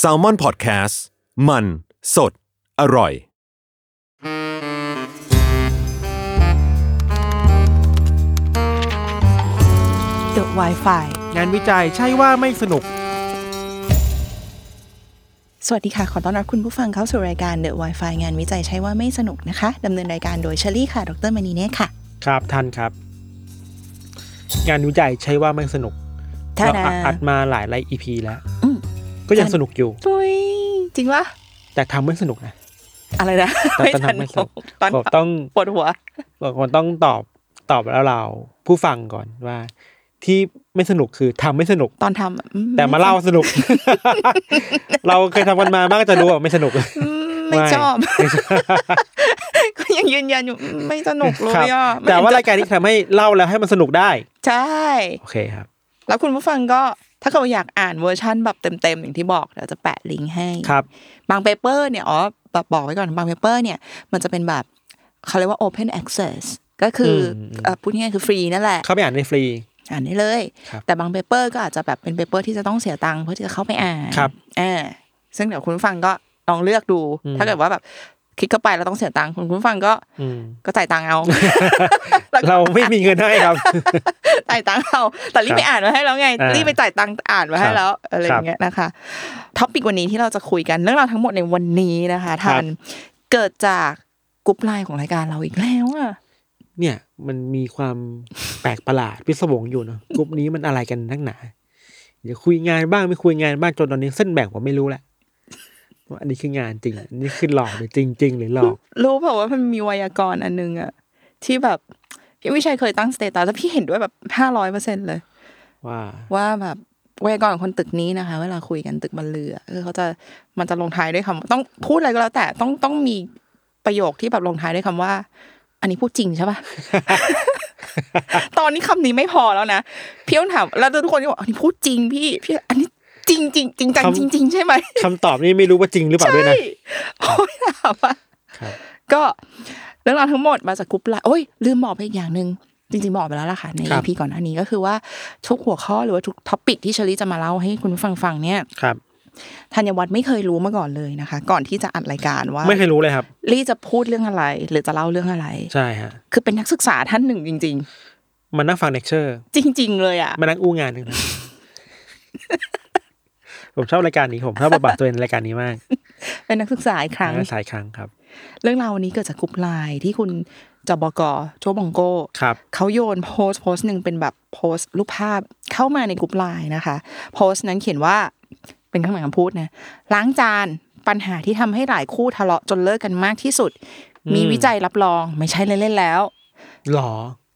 s a l ม o n PODCAST มันสดอร่อย The Wi-Fi งานวิจัยใช่ว่าไม่สนุก สวัสดีค่ะ ขอต้อนรับคุณผู้ฟังเข้าสู่รายการ The Wi-Fi งานวิจัยใช้ว่าไม่สนุกนะคะ ดำเนินรายการโดยเชลี่ค่ะ ดรมณีเนตค่ะ ครับท่านครับ งานวิจัยใช่ว่าไม่สนุก ท่า เรา นะ อัดอัดมาหลายหลายอีพีแล้ว อืม ก็ยังสนุกอยู่ ปุ้ยจริงปะ แต่ทำไม่สนุกนะ อะไรนะ ตอน ไม่ ตอน ทัน ทำไม่ส ม นุ อก งตอน บอกต้อง ปวดหัว บอกคนต้องตอบตอบแล้วเราผู้ฟังก่อนว่า ที่ไม่สนุกคือทำไม่สนุก ตอนทำอื แต่มาเล่าส นุก เราเคยทำกันมาบ้างก็จะรู้ว่าไม่สนุก อืมไม่ ไม่ ชอบ ก็ยังยืนยันอยู่อืมไม่สนุกเล ครั ย บ อ่ะ แต่ว่าราย ไม่เห็นจะ การนี้ทำให้เล่าแล้วให้มันสนุกได้ ใช่ โอเคครับ แล้วคุณผู้ฟังก็ถ้าเขาอยากอ่านเวอร์ชั่นแบบเต็มๆอย่างที่บอกเดี๋ยวจะแปะลิงก์ให้ ครับ บางเปเปอร์เนี่ยอ๋อแบบบอกไว้ก่อนบางเปเปอร์เนี่ย มันจะเป็นแบบเขาเรียกว่า open access ก็คืออ ม เอ่อพูดง่ายๆคือฟรีนั่นแหละ เข้าไปอ่านในฟรี อ่านได้เลย ครับ แต่บางเปเปอร์ก็อาจจะแบบเป็นเปเปอร์ที่จะต้องเสียตังค์เพื่อที่จะเข้าไปอ่าน ครับ อ่าซึ่งเดี๋ยวคุณผู้ฟังก็ลองเลือกดู อืม ถ้าเกิดว่าแบบคลิกเข้าไปแล้วต้องเสียตังค์คุณผู้ฟังก็ อืม ก็จ่ายตั งค์เอา แล้วก็ เราไม่มีเงินให้ครับ จ่ายตังค์เอาแต่รีบไปอ่านมาให้แล้วไง อ่ารี รีบไปจ่ายตังค์อ่านมาให้แล้วอะไรอย่างเงี้ยนะคะท็อปิกวันนี้ที่เราจะคุยกันเรื่องราวทั้งหมดในวันนี้นะคะ ครั ทา บ นเกิดจากกรุ๊ปไลน์ของรายการเราอีกแล้วอ่ะ เนี่ยมันมีความ แปลกประหลาดพิศวงอยู่เนาะกลุ่มนี้มันอะไรกันนักหนาเดี๋ยวคุยงานบ้างไม่คุยงานบ้างจนตอนนี้เส้นแบ่งผมไม่รู้แหละว่าอันนี้คืองานจริงอันนี้คือหลอกหรือจริงจริง ๆ หรือหลอก รู้แบบว่ามันมีไวยากรณ์อันนึงอะที่แบบพี่วิชัยเคยตั้งสเตตัสแล้วพี่เห็นด้วยแบบห้าร้อยเปอร์เซ็นเลย ว่า ว่าแบบไวยากรณ์ของคนตึกนี้นะคะ เวลาคุยกันตึกบรรลือคือเขาจะมันจะลงท้ายด้วยคำว่าต้องพูดอะไรก็แล้ว แต่ต้องต้องมีประโยคที่แบบลงท้ายด้วยคำว่า อันนี้พูดจริงใช่ปะ ตอนนี้คำนี้ไม่พอแล้วนะพี่ต้องถามแล้วทุกคนก็บอกอันนี้พูดจริงพี่พี่อันนี้จริงจริงจริงจัง คำ จริงจริงๆใช่ไหม คำตอบนี่ไม่รู้ว่าจริงหรือเปล่าด้วยนะ โอ้ยถามว่า ครับ ก็เรื่องราวทั้งหมดมาจากกรุ๊ปไลน์โอ้ยลืมบอกไปอีกอย่างหนึ่งจริงๆบอกไปแล้วล่ะค่ะ ใน ครับ EP ก่อนหน้านี้ก็คือว่าทุกหัวข้อหรือว่าทุกท็อปิกที่เชลีจะมาเล่าให้คุณผู้ฟังฟังเนี่ย ครับ ธัญวัฒน์ไม่เคยรู้มาก่อนเลยนะคะ ก่อนที่จะอัดรายการว่า ไม่เคยรู้เลยครับ ลี่จะพูดเรื่องอะไร หรือจะเล่าเรื่องอะไร ใช่ฮะ คือเป็นนักศึกษาท่านหนึ่งจริง มานั่งฟังเลคเชอร์ ๆ จริง ๆ เลยอ่ะ มานั่งอู้งานหนึ่งนะ ผมชอบรายการนี้ผมชอบบทบาทตัวเองในรายการนี้มาก เป็นนักศึกษาอีกครั้ง สายครั้งครับ เรื่องราววันนี้เกิดจากกรุ๊ปไลน์ที่คุณจบกโจบองโก ครับ เขาโยนโพสต์โพสต์หนึ่งเป็นแบบโพสต์รูปภาพเข้ามาในกลุ่มไลน์นะคะ โพสต์นั้นเขียนว่าเป็นคำหมายคำพูดนะล้างจานปัญหาที่ทำให้หลายคู่ทะเลาะจนเลิกกันมากที่สุด มี อืม วิจัยรับรองไม่ใช่เล่นๆแล้ว หรอ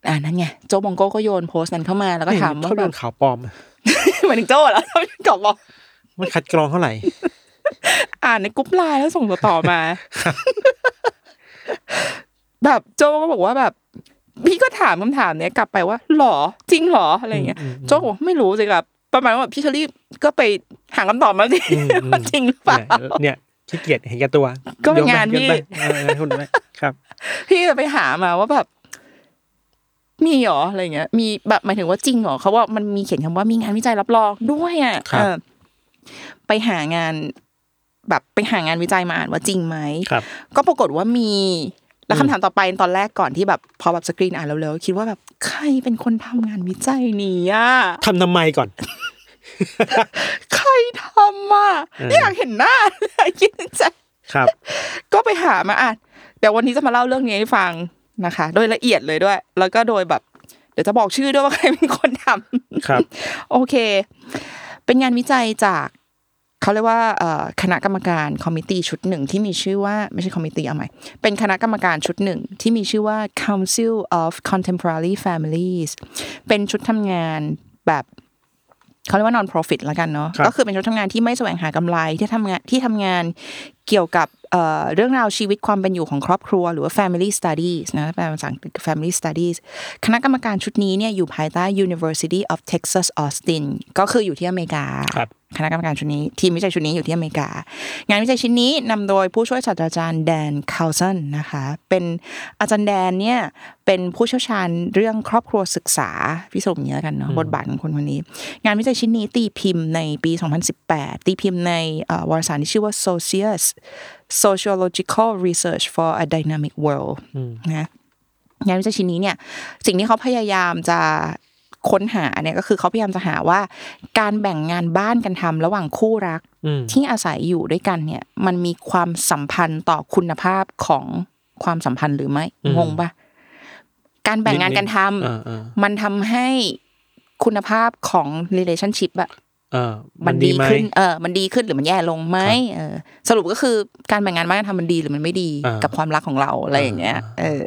อ่านั่นไงโจบองโก้ก็โยนโพสต์นั้นเข้ามาแล้วก็ถามว่า เขา แบ โด บ นข่าวปลอม หมายถึงโจเหรอตอบบอก มันคัดกรองเท่าไหร่ อ่านในกลุ่มไลน์แล้วส่งต่อๆมา แบบโจก็บอกว่าแบบ พี่ก็ถามคำถามเนี้ยกลับไปว่าหรอจริงหรออะไรอย่างเงี้ย โจ้บอกไม่รู้สิครับประมาณว่าแบบพี่เชอรี่ก็ไปหาคำตอบมาสิ อืมอืม ว่าจริงหรือเปล่า เนี่ยเนี่ยขี้เกียจเห็นแก่ตัว ก็เป็นงานพี่ ยกไปยกไปเออให้คุณไปครับ พี่ไปหามาว่าแบบ มีเหรออะไรเงี้ย มีแบบหมายถึงว่าจริงเหรอเขาว่ามันมีเขียนคำว่ามีงานวิจัยรับรองด้วยอ่ะ ครับ เออไปหางาน แบบไปหางานวิจัยมาอ่านว่าจริงไหม ครับ ก็ปรากฏว่ามี แล้ว อืม คำถามต่อไปตอนแรกก่อนที่แบบ พอแบบสกรีนอ่านเร็วๆคิดว่าแบบใครเป็นคนทำงานวิจัยนี้อ่ะ ทำทำไมก่อน ใครทำอ่ะ เออ ไม่ อ อยากเห็นหน้าเลย คิดในใจ ครับ ก็ไปหามาอ่านเดี๋ยววันนี้จะมาเล่าเรื่องนี้ให้ฟังนะคะ โดยละเอียดเลยด้วย แล้วก็โดยแบบ เดี๋ยวจะบอกชื่อด้วยว่าใครเป็นคนทำ ครับ โอเค เป็นงานวิจัยจากเขาเรียกว่าเอ่อคณะกรรมการคอมมิตี้ชุดหนึ่งที่มีชื่อว่าไม่ใช่คอมมิตี้เอาใหม่ เป็นคณะกรรมการชุดหนึ่งที่มีชื่อว่า Council of Contemporary Families เป็นชุดทำงานแบบเขาเรียกว่า non profit ละกันเนาะ ครับ ก็คือเป็นชุดทำงานที่ไม่แสวงหากำไรที่ทำงานที่ทำงานเกี่ยวกับเอ่อเรื่องราวชีวิตความเป็นอยู่ของครอบครัว หรือว่า family studies นะแปลเป็นภาษาอังกฤษคือ family studies คณะกรรมการชุดนี้เนี่ยอยู่ภายใต้ University of Texas Austin ก็คืออยู่ที่อเมริกา ครับ คณะกรรมการชุดนี้ทีมวิจัยชุดนี้อยู่ที่อเมริกา งานวิจัยชิ้นนี้นำโดยผู้ช่วยศาสตราจารย์แดนคาวซันนะคะ เป็นอาจารย์แดนเนี่ยเป็นผู้เชี่ยวชาญเรื่องครอบครัวศึกษาพิสรุปอย่างนี้แล้วกันเนาะบทบาทของคนคนนี้ งานวิจัยชิ้นนี้ตีพิมพ์ในปี 2018 ตีพิมพ์ในเอ่อวารสารที่ชื่อว่า Socius Sociological Research for a Dynamic World นะงานวิจัยชิ้นนี้เนี่ยสิ่งที่เขาพยายามจะค้นหาเนี่ยก็คือเขาพยายามจะหาว่า การแบ่งงานบ้านกันทำระหว่างคู่รัก อืม ที่อาศัยอยู่ด้วยกันเนี่ย มันมีความสัมพันธ์ต่อคุณภาพของความสัมพันธ์หรือไม่งงปะการแบ่งงานกันทำ อ่าอ่า มันทำให้คุณภาพของ relationship แบบ อ่ามั มัน นดี ดี ไหม ขึ้น เออ มันดีขึ้นหรือมันแย่ลงไหมเออ สรุปก็คือการแบ่งงานบ้านทำมันดีหรือมันไม่ดี อ่ากั กับความรักของเราอะไรอย่างเงี้ย อ่า เออ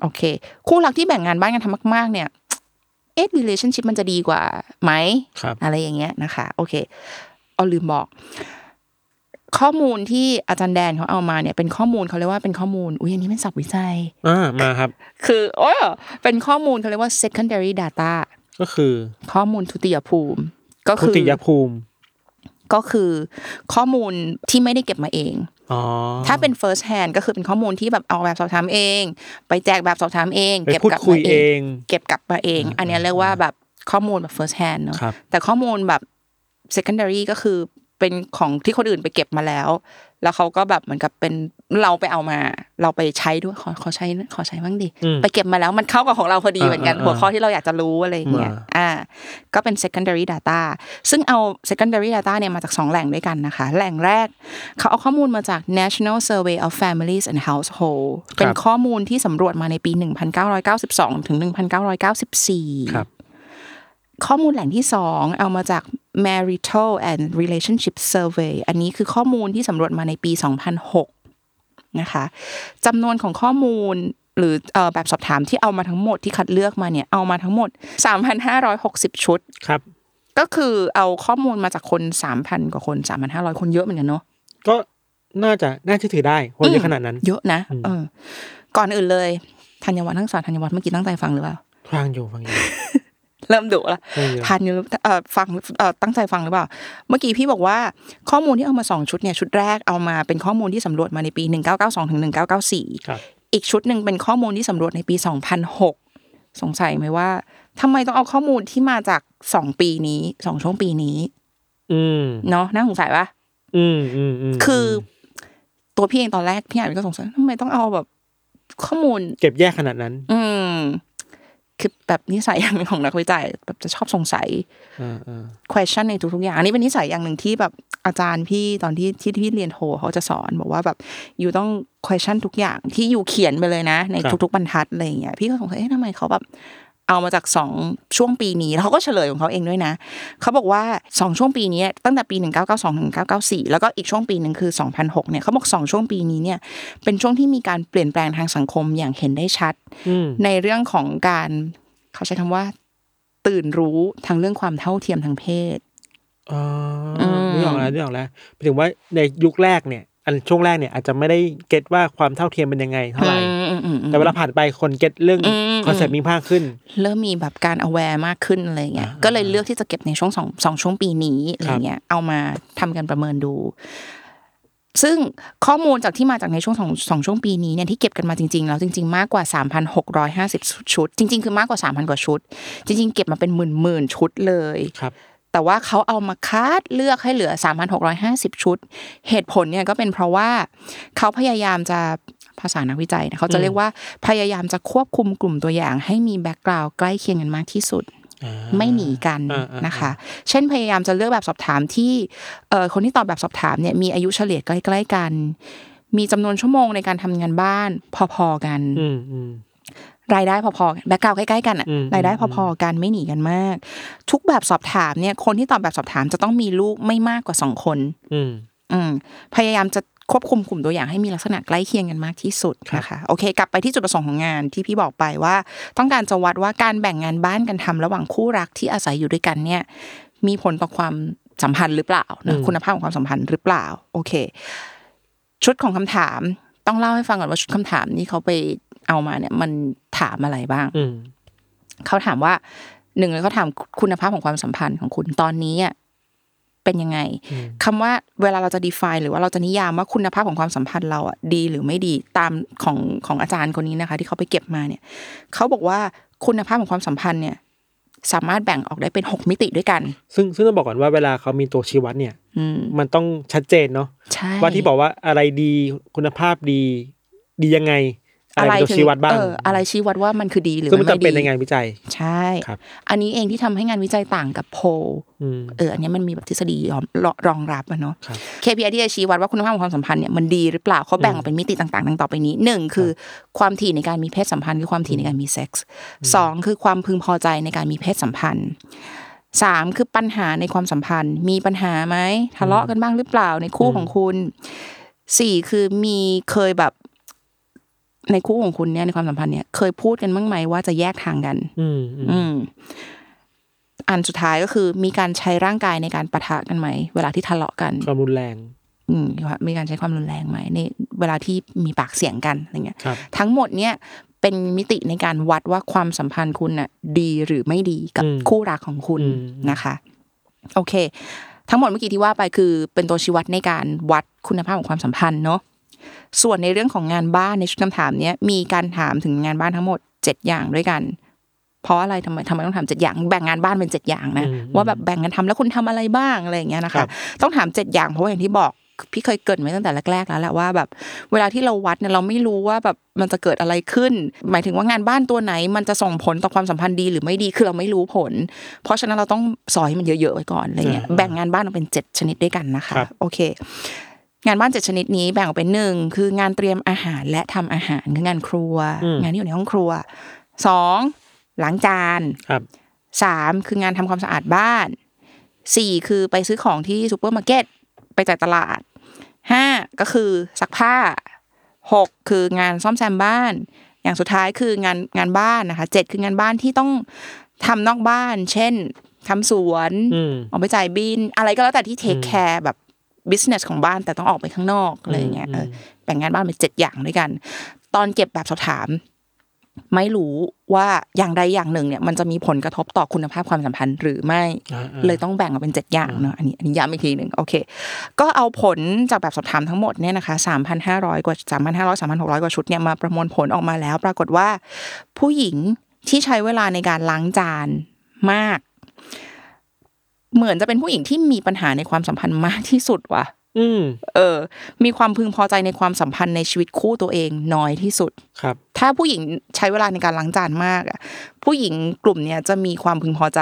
โอเค คู่รักที่แบ่งงานบ้านกันทำมาก ๆ เนี่ย เอ๊ะ relationship มันจะดีกว่าไหม ครับ อะไรอย่างเงี้ยนะคะ โอเค เอาลืมบอก ข้อมูลที่อาจารย์แดนเขาเอามาเนี่ย เป็นข้อมูลเขาเรียกว่าเป็นข้อมูล อุ้ยอันนี้เป็นศัพท์วิจัย อ่ามาครับ คือโอ้ยเป็นข้อมูลเขาเรียกว่า secondary data ก็คือ ข้อมูลทุติยภูมิ ก็ ทุ คือ ติยภูมิ ก็คือข้อมูลที่ไม่ได้เก็บมาเอง อ๋อ ถ้าเป็น first hand ก็คือเป็นข้อมูลที่แบบเอาแบบสอบถามเอง ไปแจกแบบสอบถามเอง ไป เก็บ พูด กลับ คุ มาย เอ เอง ง เก็บกลับมาเอง อันเนี้ยเรียกว่าแบบข้อมูลแบบ first hand เนอะ ครับ แต่ข้อมูลแบบ secondary ก็คือเป็นของที่คนอื่นไปเก็บมาแล้ว แล้วเขาก็แบบเหมือนกับเป็นเราไปเอามา เราไปใช้ด้วยขอขอใช้ขอใช้บ้างดิ อืม ไปเก็บมาแล้วมันเข้ากับของเราพอดี อ่า เหมือนกัน อ่า หัวข้อที่เราอยากจะรู้อะไรอย่างเงี้ย อ่า อ่าก็เป็น secondary data ซึ่งเอา secondary data เนี่ยมาจากสองแหล่งด้วยกันนะคะ แหล่งแรก เขาเอาข้อมูลมาจาก National Survey of Families and Household เป็นข้อมูลที่สำรวจมาในปี 1992 ถึง 1994 ครับ ข้อมูลแหล่งที่ 2 เอามาจาก Marital and Relationship Survey อันนี้คือข้อมูลที่สำรวจมาในปี 2006 นะคะจำนวนของข้อมูลหรือเอ่อแบบสอบถามที่เอามาทั้งหมดที่คัดเลือกมาเนี่ยเอามาทั้งหมด 3,560 ชุด ครับ ก็คือเอาข้อมูลมาจากคน 3,000 กว่าคน 3,500 คนเยอะเหมือนกันเนาะ ก็น่าจะน่าเชื่อถือได้คนเยอะขนาดนั้น เยอะนะเออก่อนอื่นเลยธัญวัฒน์ทั้งสามธัญวัฒน์เมื่อกี้ตั้งใจฟังหรือเปล่า ฟังอยู่ฟังอยู่ เริ่มดุละ ไม่เยอะ ทันอยู่เอ่อฟังเอ่อตั้งใจฟังหรือเปล่า เมื่อกี้พี่บอกว่าข้อมูลที่เอามาสองชุดเนี่ยชุดแรกเอามาเป็นข้อมูลที่สำรวจมาในปี 1992ถึง1994 ครับ อีกชุดหนึ่งเป็นข้อมูลที่สำรวจในปี 2006 สงสัยไหมว่าทำไมต้องเอาข้อมูลที่มาจากสองปีนี้สองช่วงปีนี้ อืม เนาะน่าสงสัยปะ อืมอืมอืม คือตัวพี่เองตอนแรกพี่อ่านก็สงสัยทำไมต้องเอาแบบ ข้อมูล เก็บแยกขนาดนั้น อืม คือแบบนิสัยอย่างหนึ่งของนักวิจัย แบบจะชอบสงสัย อ่าอ่า question ในทุกๆอย่าง อันนี้เป็นนิสัยอย่างหนึ่งที่แบบอาจารย์พี่ตอนที่ที่ที่พี่เรียนโทเขาจะสอน บอกว่าแบบอยู่ต้อง question ทุกอย่างที่อยู่เขียนไปเลยนะ ใน ครับ ทุกๆบรรทัดอะไรอย่างเงี้ยพี่ก็สงสัยเอ๊ะทำไมเขาแบบ เอามาจากสองช่วงปีนี้แล้วเขาก็เฉลยของเขาเองด้วยนะ เขาบอกว่าสองช่วงปีนี้ตั้งแต่ปี 1992ถึง1994 แล้วก็อีกช่วงปีหนึ่งคือ 2006 เนี่ยเขาบอกสองช่วงปีนี้เนี่ยเป็นช่วงที่มีการเปลี่ยนแปลงทางสังคมอย่างเห็นได้ชัด อืม ในเรื่องของการเขาใช้คำว่า ตื่นรู้ทางเรื่องความเท่าเทียมทางเพศ อ๋ออ ม นึกออกแล้วนึกออกแล้วหมายถึงว่าในยุคแรกเนี่ย อันช่วงแรกเนี่ยอาจจะไม่ได้เก็ตว่าความเท่าเทียมเป็นยังไงเท่าไหร่ อืมอืมอืม แต่เวลาผ่านไปคนเก็ตเรื่อง อืม คอนเซ็ปต์มีมากขึ้น เริ่มมีแบบการ aware มากขึ้นอะไรเงี้ย ก็เลยเลือกที่จะเก็บในช่วงสองสองช่วงปีนี้อะไรเงี้ย เอามาทำกันประเมินดู ซึ่งข้อมูลจากที่มาจากในช่วงสองสองช่วงปีนี้เนี่ยที่เก็บกันมาจริงๆ แล้วจริงๆ มากกว่า 3,650 ชุด จริง ๆ คือมากกว่า 3,000 กว่าชุด จริง ๆ เก็บมาเป็นหมื่นๆ ชุดเลย ครับ แต่ว่าเขาเอามาคัดเลือกให้เหลือ 3,650 ชุด เหตุผลเนี่ยก็เป็นเพราะว่าเขาพยายามจะภาษานักวิจัยนะเขาจะเรียกว่าพยายามจะควบคุมกลุ่มตัวอย่าง ให้มีแบ็กกราวด์ใกล้เคียงกันมากที่สุด อ่า ไม่หนีกัน อ่าอ่าน นะคะ เช่นพยายามจะเลือกแบบสอบถามที่เอ่อคนที่ตอบแบบสอบถามเนี่ยมีอายุเฉลี่ยใกล้ ๆกัน มีจำนวนชั่วโมงในการทำงานบ้านพอๆกัน อืมอืม รายได้พอๆกันแบ็กกราวใกล้ๆกันอะ อืม รายได้พอๆกันไม่หนีกันมาก ทุกแบบสอบถามเนี่ยคนที่ตอบแบบสอบถามจะต้องมีลูกไม่มากกว่าสองคน อืม อืมพยายามจะควบคุมกลุ่มตัวอย่างให้มีลักษณะใกล้เคียงกันมากที่สุดนะคะโอเค กลับไปที่จุดประสงค์ของงานที่พี่บอกไปว่า ต้องการจะวัดว่าการแบ่งงานบ้านกันทำระหว่างคู่รักที่อาศัยอยู่ด้วยกันเนี่ย มีผลต่อความสัมพันธ์หรือเปล่านะ อืม คุณภาพของความสัมพันธ์หรือเปล่า โอเค ชุดของคำถามต้องเล่าให้ฟังก่อนว่าชุดคำถามนี้เขาไปเอามาเนี่ย มันถามอะไรบ้าง อืม เขาถามว่าหนึ่งเลยเขาถามคุณภาพของความสัมพันธ์ของคุณตอนนี้อะ เป็นยังไง อืม คำว่าเวลาเราจะ define หรือว่าเราจะนิยามว่าคุณภาพของความสัมพันธ์เราอ่ะดีหรือไม่ดีตามของของอาจารย์คนนี้นะคะ ที่เขาไปเก็บมาเนี่ยเขาบอกว่าคุณภาพของความสัมพันธ์เนี่ย สามารถแบ่งออกได้เป็นหกมิติด้วยกัน ซึ่งซึ่งต้องบอกก่อนว่าเวลาเขามีตัวชี้วัดเนี่ย อืม มันต้องชัดเจนเนาะ ใช่ ว่าที่บอกว่าอะไรดีคุณภาพดีดียังไง อะไรเป็นตัว ถึ ชี้วัดบ้าง เอออะไรชี้วัดว่ามันคือดีหรือ ซึ่งมัน ไม่ จะเป็นใน ดี งานวิจัย ใช่ ครับ อันนี้เองที่ทำให้งานวิจัยต่างกับโพล อืม เออ อันนี้มันมีแบบทฤษฎียอมรรองรับอะเนาะ ครับ KPI ที่จะชี้วัดว่าคุณภาพของความสัมพันธ์เนี่ยมันดีหรือเปล่าเขาแบ่งออกเป็นมิติต่างๆ ดังต่อไปนี้หนึ่งคือความถี่ในการมีเพศสัมพันธ์คือความถี่ในการมีเซ็กส์สองคือความพึงพอใจในการมีเพศสัมพันธ์สามคือปัญหาในความสัมพันธ์ มีปัญหาไหมทะเลาะกันบ้างหรือเปล่าในคู่ของคุณสี่คือมีเคยแบบในคู่ของคุณเนี่ยในความสัมพันธ์เนี่ยเคยพูดกันบ้างไหมว่าจะแยกทางกัน อืมอืม อืมอันสุดท้ายก็คือมีการใช้ร่างกายในการปะทะกันไหม เวลาที่ทะเลาะกัน ความรุนแรง อืมมีการใช้ความรุนแรงไหมในเวลาที่มีปากเสียงกันอะไรเงี้ย ครับ ทั้งหมดเนี่ยเป็นมิติในการวัดว่าความสัมพันธ์คุณน่ะดีหรือไม่ดีกับคู่รักของคุณนะคะ โอเค ทั้งหมดเมื่อกี้ที่ว่าไปคือเป็นตัวชี้วัดในการวัดคุณภาพของความสัมพันธ์เนาะส่วนในเรื่องของงานบ้านในชุดคำถามเนี้ยมีการถามถึงงานบ้านทั้งหมด 7 อย่างด้วยกัน เพราะอะไรทำไมทำไมต้องถามเจ็ดอย่างแบ่งงานบ้านเป็นเจ็ดอย่างนะว่าแบบแบ่งกันทำแล้วคุณทำอะไรบ้างอะไรอย่างเงี้ยนะคะ ต้องถามเจ็ดอย่างเพราะว่าอย่างที่บอกพี่เคยเกริดไว้ตั้งแต่แรกๆแล้วแหละว่าแบบ เวลาที่เราวัดเนี่ยเราไม่รู้ว่าแบบมันจะเกิดอะไรขึ้น หมายถึงว่างานบ้านตัวไหน มันจะส่งผลต่อความสัมพันธ์ดีหรือไม่ดีคือเราไม่รู้ผล เพราะฉะนั้นเราต้องสอยให้มันเยอะๆไว้ก่อนอะไรเงี้ยแบ่งงานบ้านออกเป็นเจ็ดชนิดด้วยกันนะคะ โอเค งานบ้านเจ็ดชนิดนี้แบ่งออกเป็นหนึ่งคืองานเตรียมอาหารและทำอาหารคืองานครัว งานที่อยู่ในห้องครัวสองล้างจาน ครับ สามคืองานทำความสะอาดบ้านสี่คือไปซื้อของที่ซูเปอร์มาร์เก็ตไปจ่ายตลาดห้าก็คือซักผ้าหกคืองานซ่อมแซมบ้าน อย่างสุดท้ายคืองานงานบ้านนะคะเจ็ดคืองานบ้านที่ต้องทำนอกบ้าน เช่นทำสวน อืม ออกไปจ่ายบิน อะไรก็แล้วแต่ที่เทคแคร์แบบบิสเนสของบ้านแต่ต้องออกไปข้างนอกอะไรอย่างเงี้ยเออแบ่งงานบ้านเป็นเจ็ดอย่างด้วยกัน ตอนเก็บแบบสอบถาม ไม่รู้ว่าอย่างใดอย่างหนึ่งเนี่ยมันจะมีผลกระทบต่อคุณภาพความสัมพันธ์หรือไม่ อ่าๆ เลยต้องแบ่งออกเป็น 7 อย่างเนาะอันนี้อันนี้ย้ำอีกทีหนึ่งโอเค ก็เอาผลจากแบบสอบถามทั้งหมดเนี่ยนะคะ3,500 กว่า 3,500 3,600 กว่าชุดเนี่ยมาประมวลผลออกมาแล้ว ปรากฏว่า ผู้หญิงที่ใช้เวลาในการล้างจานมาก เหมือนจะเป็นผู้หญิงที่มีปัญหาในความสัมพันธ์มากที่สุดว่ะ อืม เออ มีความพึงพอใจในความสัมพันธ์ในชีวิตคู่ตัวเองน้อยที่สุด ครับ ถ้าผู้หญิงใช้เวลาในการล้างจานมากอ่ะผู้หญิงกลุ่มเนี้ยจะมีความพึงพอใจ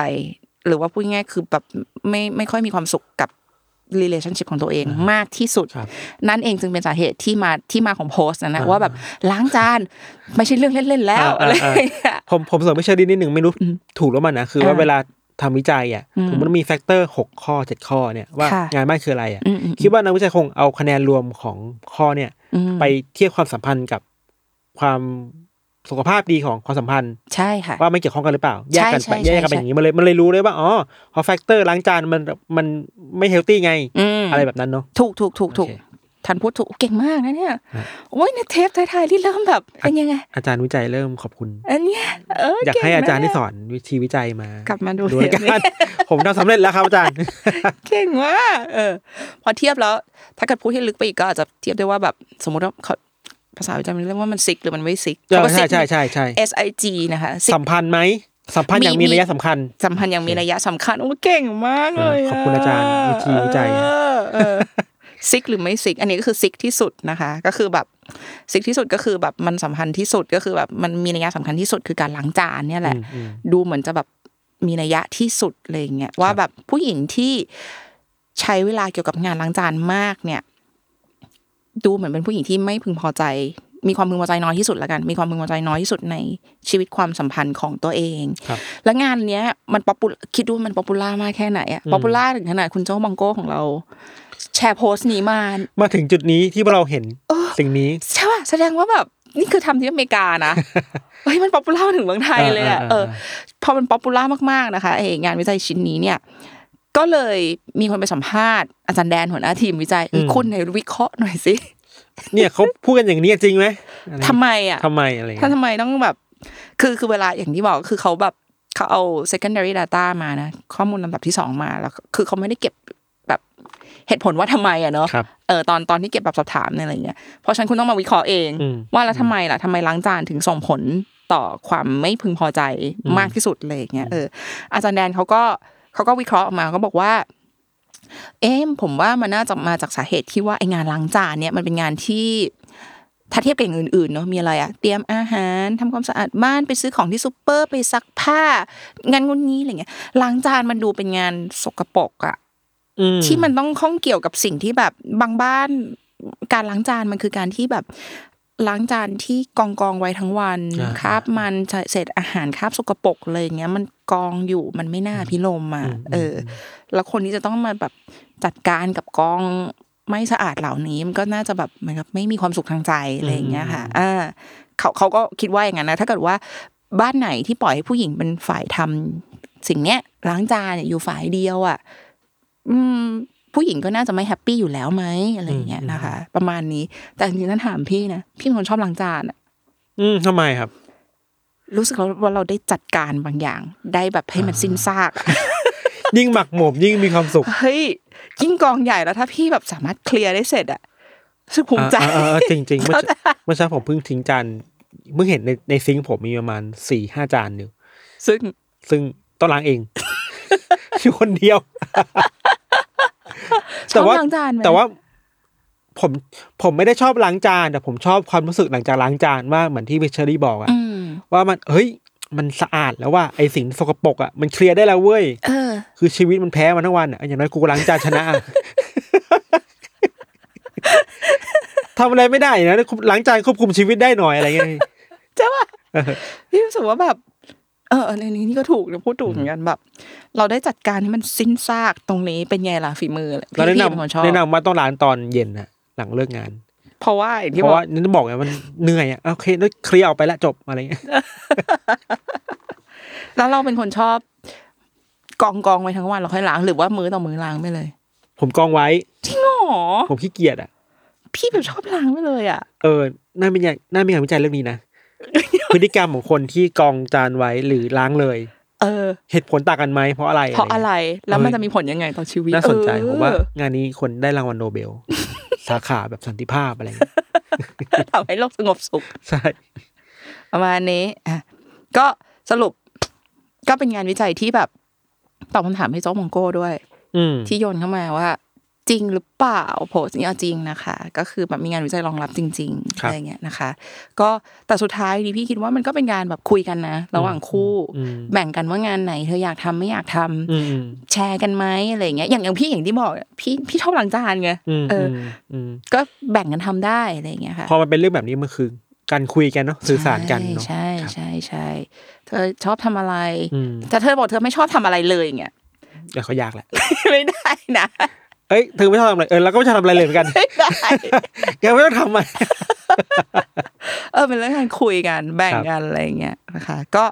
หรือว่าพูดง่ายๆคือแบบไม่ไม่ค่อยมีความสุขกับ relationship ของตัวเองมากที่สุด ครับ นั่นเองจึงเป็นสาเหตุที่มาที่มาของโพสต์นะนะ อ่า ว่าแบบล้างจานไม่ใช่เรื่องเล่นๆแล้ว อ่า อะไร อ่า อย่างเงี้ย ผมผมเสริมไม่เชื่อดีนิดหนึ่งไม่รู้ อืม ถูกหรือมันนะคือว่า อ่า เวลาทำวิจัยอ่ะ อืม ผมมันมีแฟกเตอร์หกข้อเจ็ดข้อเนี่ยว่า ค่ะ งานบ้านคืออะไรอ่ะ อืมอืม คิดว่านักวิจัยคงเอาคะแนนรวมของข้อเนี่ย อืม ไปเทียบความสัมพันธ์กับความสุขภาพดีของความสัมพันธ์ ใช่ค่ะ ว่าไม่เกี่ยวข้องกันหรือเปล่า แยกกัน ใช่ ไป ใช่ แยกกันไป ใช่ อย่างนี้มันเลยมันเลยรู้เลยว่าอ๋อพอแฟกเตอร์ล้างจานมันมันไม่เฮลตี้ไง อืม อะไรแบบนั้นเนาะ ถูกถูกถูกถูก โอเค ทันพูดถูกเก่งมากนะเนี่ย ฮะ โอ้ยในเทปท้ายๆที่เริ่มแบบเป็นยังไง อาจารย์วิจัยเริ่มขอบคุณ อันเนี้ยเออ อยาก เง ให้อาจารย์ ม ที่สอนวิธีวิจัยมาก ลับมาดู ดู เท ราย ป กา นี้ ร ผมทำสำเร็จแล้วครับอาจารย์ เก่งมากเออ พอเทียบแล้ว ถ้าเกิดพูดให้ลึกไปอีกก็อาจจะเทียบได้ว่าแบบ สมมติว่าเขาภาษาวิจารณ์มันเรียกว่ามันซิกหรือมันไม่ซิก ใช่ เขาก็ ใช่ sick ใช่ใช่ใช่ S I G นะคะ sick สัมพันธ์ไหมสัมพันธ์อย่างมี มี นัยสำคัญ สัมพันธ์อย่างมีนัยสำคัญโอ้เก่งมากเลย ขอบคุณอาจารย์วิธีวิจัย ซิกหรือไม่ซิก อันนี้ก็คือซิกที่สุดนะคะ ก็คือแบบซิกที่สุดก็คือแบบมันสำคัญที่สุดก็คือแบบมันมีนัยสำคัญที่สุดคือการล้างจานเนี่ยแหละ อืม ดูเหมือนจะแบบมีนัยยะที่สุดเลยอย่างเงี้ยว่าแบบผู้หญิงที่ใช้เวลาเกี่ยวกับงานล้างจานมากเนี่ย ดูเหมือนเป็นผู้หญิงที่ไม่พึงพอใจ มีความพึงพอใจน้อยที่สุดละกัน มีความพึงพอใจน้อยที่สุดในชีวิตความสัมพันธ์ของตัวเอง ครับ และงานเนี้ย มันป๊อปปูคิดดูมันป๊อปปูล่ามากแค่ไหนอะป๊อปปูล่าถึงขนาดคุณโจ้บังโก้ของเรา แชร์โพสต์นี้มา มาถึงจุดนี้ที่เราเห็นสิ่งนี้ ใช่ป่ะแสดงว่าแบบนี่คือทำที่อเมริกานะ เฮ้ยมันป๊อปปูล่าถึงเมืองไทยเลยอ่ะ อ่าอ่าอ่า เออพอมันป๊อปปูล่ามากๆนะคะไองานวิจัยชิ้นนี้เนี่ย ก็เลยมีคนไปสัมภาษณ์อาจารย์แดนหัวหน้าทีมวิจัยเอ้ยคุณไหนวิเคราะห์หน่อยสิ เนี่ยเขาพูดกันอย่างนี้จริงไหมอะไร ทำไมอ่ะ ทำไมอะไรอย่าง ถ้า เงี้ทำยไมต้องแบบ คือคือเวลาอย่างที่บอกคือเขาแบบเขาเอา secondary data มานะ ข้อมูลลำดับที่สองมาแล้ว คือเขาไม่ได้เก็บแบบ เหตุผลว่าทำไมอ่ะเนาะ ครับ เออตอนตอนที่เก็บแบบสอบถามเนี่ยอะไรเงี้ยเพราะฉะนันคุณต้องมาวิเคราะห์เอง อืม ว่าแล้วทำไมล่ะทำไมล้างจานถึงส่งผลต่อความไม่พึงพอใจมากที่สุดเลยอย่างเงี้ยเอออาจารย์แดนเขาก็เขาก็วิเคราะห์ออกมาก็บอกว่า เอ๊ะผมว่ามันน่าจะมาจากสาเหตุที่ว่าไองานล้างจานเนี่ยมันเป็นงานที่ ถ้าเทียบกับอย่างอื่นๆเนาะมีอะไรอะเตรียมอาหารทำความสะอาดบ้านไปซื้อของที่ซูเปอร์ไปซักผ้างานงุนนี้อะไรเงี้ยล้างจานมันดูเป็นงานสกปรกอะ อื ที่มันต้องข้องเกี่ยวกับสิ่งที่แบบบางบ้าน การล้างจานมันคือการที่แบบล้างจานที่กองกองๆไว้ทั้งวัน า คราบมันเศษอาหารคราบสกปรกอะไรอย่างเงี้ย มันกองอยู่มันไม่น่าพิลมอ่ะเออ แล้วคนที่จะต้องมาแบบจัดการกับกองไม่สะอาดเหล่านี้มันก็น่าจะแบบเหมือนกับไม่มีความสุขทางใจอะไรอย่างเงี้ยค่ะอ่าเขาเขาก็คิดว่าอย่างนั้นนะถ้าเกิดว่าบ้านไหนที่ปล่อยให้ผู้หญิงเป็นฝ่ายทำสิ่งเนี้ยล้างจานเนี่ยอยู่ฝ่ายเดียวอ่ะ อืมผู้หญิงก็น่าจะไม่แฮปปี้อยู่แล้วไหมอะไรอย่างเงี้ยนะคะ ประมาณนี้ แต่จริงๆนั้นถามพี่นะพี่เป็นคนชอบล้างจานอะ อืมทำไมครับ รู้สึกแล้วว่าเราได้จัดการบางอย่าง ได้แบบให้มันสิ้นซากอะ ยิ่งหมักหมมยิ่งมีความสุข เฮ้ยยิ่งกองใหญ่แล้วถ้าพี่แบบสามารถเคลียร์ได้เสร็จอะรู้สึกภูมิใจ อ่าอ่าอ่าจริงจริงๆเมื่อเช้าเมื่อเช้าผมเพิ่งทิ้งจานเพิ่งเห็นในในซิงค์ผมมีประมาณสี่ห้าจานอยู่ ซึ่ง ซึ่งต้องล้างเอง อยู่คนเดียว ช แต่ อบ ว่า ล้างจานไหม แต่ว่าผมผมไม่ได้ชอบล้างจาน แต่ผมชอบความรู้สึกหลังจากล้างจานว่าเหมือนที่วิชรี่บอกอะ อืม ว่ามันเฮ้ย มันสะอาดแล้วว่าไอสิ่งสกปรกอะมันเคลียร์ได้แล้วเว้ย เออ คือชีวิตมันแพ้มาทั้งวันอะอย่างน้อยกูก็ล้างจานชนะ ทำอะไรไม่ได้นะล้างจานควบคุมชีวิตได้หน่อยอะไรเงี้ย พี่รู้สึกว่าแบบ เออในนี้นี่ก็ถูกนะพูดถูกเหมือนกันแบบ เราได้จัดการให้มันสิ้นซากตรงนี้เป็นไงล่ะฝีมือพี่ เราแนะ พี่ น เป็นคนชอ ำ บ แนะนำว่าต้องล้างตอนเย็นนะหลังเลิกงาน เพราะว่าอย่างที่ เพ บอ ราะ ก ว่านั่นบอกไงมันเหนื่อยอ่ะโอเคแล้วเคลียร์ออกไปละจบอะไรเงี้ย แล้วเราเป็นคนชอบกองกองไว้ทั้งวันเราค่อยล้างหรือว่ามื้อต่อมื้อล้างไปเลย ผมกองไว้ จริงเหรอ ผมขี้เกียจอ่ะ พี่แบบชอบล้างไปเลยอ่ะ เออ น่ามีอย่างน่ามีงานวิจัยเรื่องนี้ นะ พฤติกรรมของคนที่กองจานไว้หรือล้างเลย เออ เหตุผลต่างกันไหมเพราะอะไร เพราะอะไรแล้วมัน เออ จะมีผลยังไงต่อชีวิต น่าสนใจ เออ ผมว่างานนี้คนได้รางวัลโนเบล สาขาแบบสันติภาพอะไรเงี้ย ท ำให้โลกสงบสุข ใช่ ประมาณนี้อ่ะก็สรุปก็เป็นงานวิจัยที่แบบตอบคำถามให้โจ๊กมองโก้ด้วย อืม ที่โยนเข้ามาว่า จริงหรือเปล่าโพสต์นี้เอาจริงนะคะ ก็คือแบบมีงานวิจัยรองรับจริงๆอะไรเงี้ยนะคะ ก็แต่สุดท้ายดีพี่คิดว่ามันก็เป็นการแบบคุยกันนะ ระหว่างคู่ อืม แบ่งกันว่างานไหนเธออยากทำไม่อยากทำ อืมอืม แชร์กันไหมอะไรเงี้ยอย่างอย่างพี่อย่างที่บอกอะพี่พี่ชอบล้างจานไง อืม เอออ อืม ก็แบ่งกันทำได้อะไรเงี้ยค่ะ พอมันเป็นเรื่องแบบนี้มันคือการคุยกันเนาะสื่อสารกันเนาะ ใช่ ครับ ใช่ใช่เธอชอบทำอะไร อืม แต่เธอบอกเธอไม่ชอบทำอะไรเลยอย่างเงี้ ย แต่เขายากแหละ ไม่ได้นะ เอ้ยเธอไม่ชอบทำอะไรเออเราก็ไม่ชอบทำอะไรเลยเหมือนกัน ไม่ได้ แกไม่ต้อง ทำมัน เออเป็นเรื่องการคุยกันแบ่งกันอะไรอย่างเงี้ยนะคะ ก็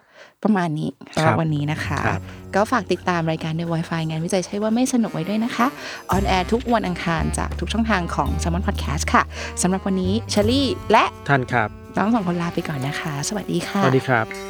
ประมาณนี้สำหรับ ครับ วันนี้นะคะ ครับ ก็ฝากติดตามรายการ The Wi-Fi งานวิจัยใช่ว่าไม่สนุกไว้ด้วยนะคะออนแอร์ทุกวันอังคารจากทุกช่องทางของ s ซ m o n Podcast ค่ะสำหรับวันนี้เชลี่และ ท่านครับ น้องสองคนลาไปก่อนนะคะ สวัสดีค่ะ สวัสดีครับ ส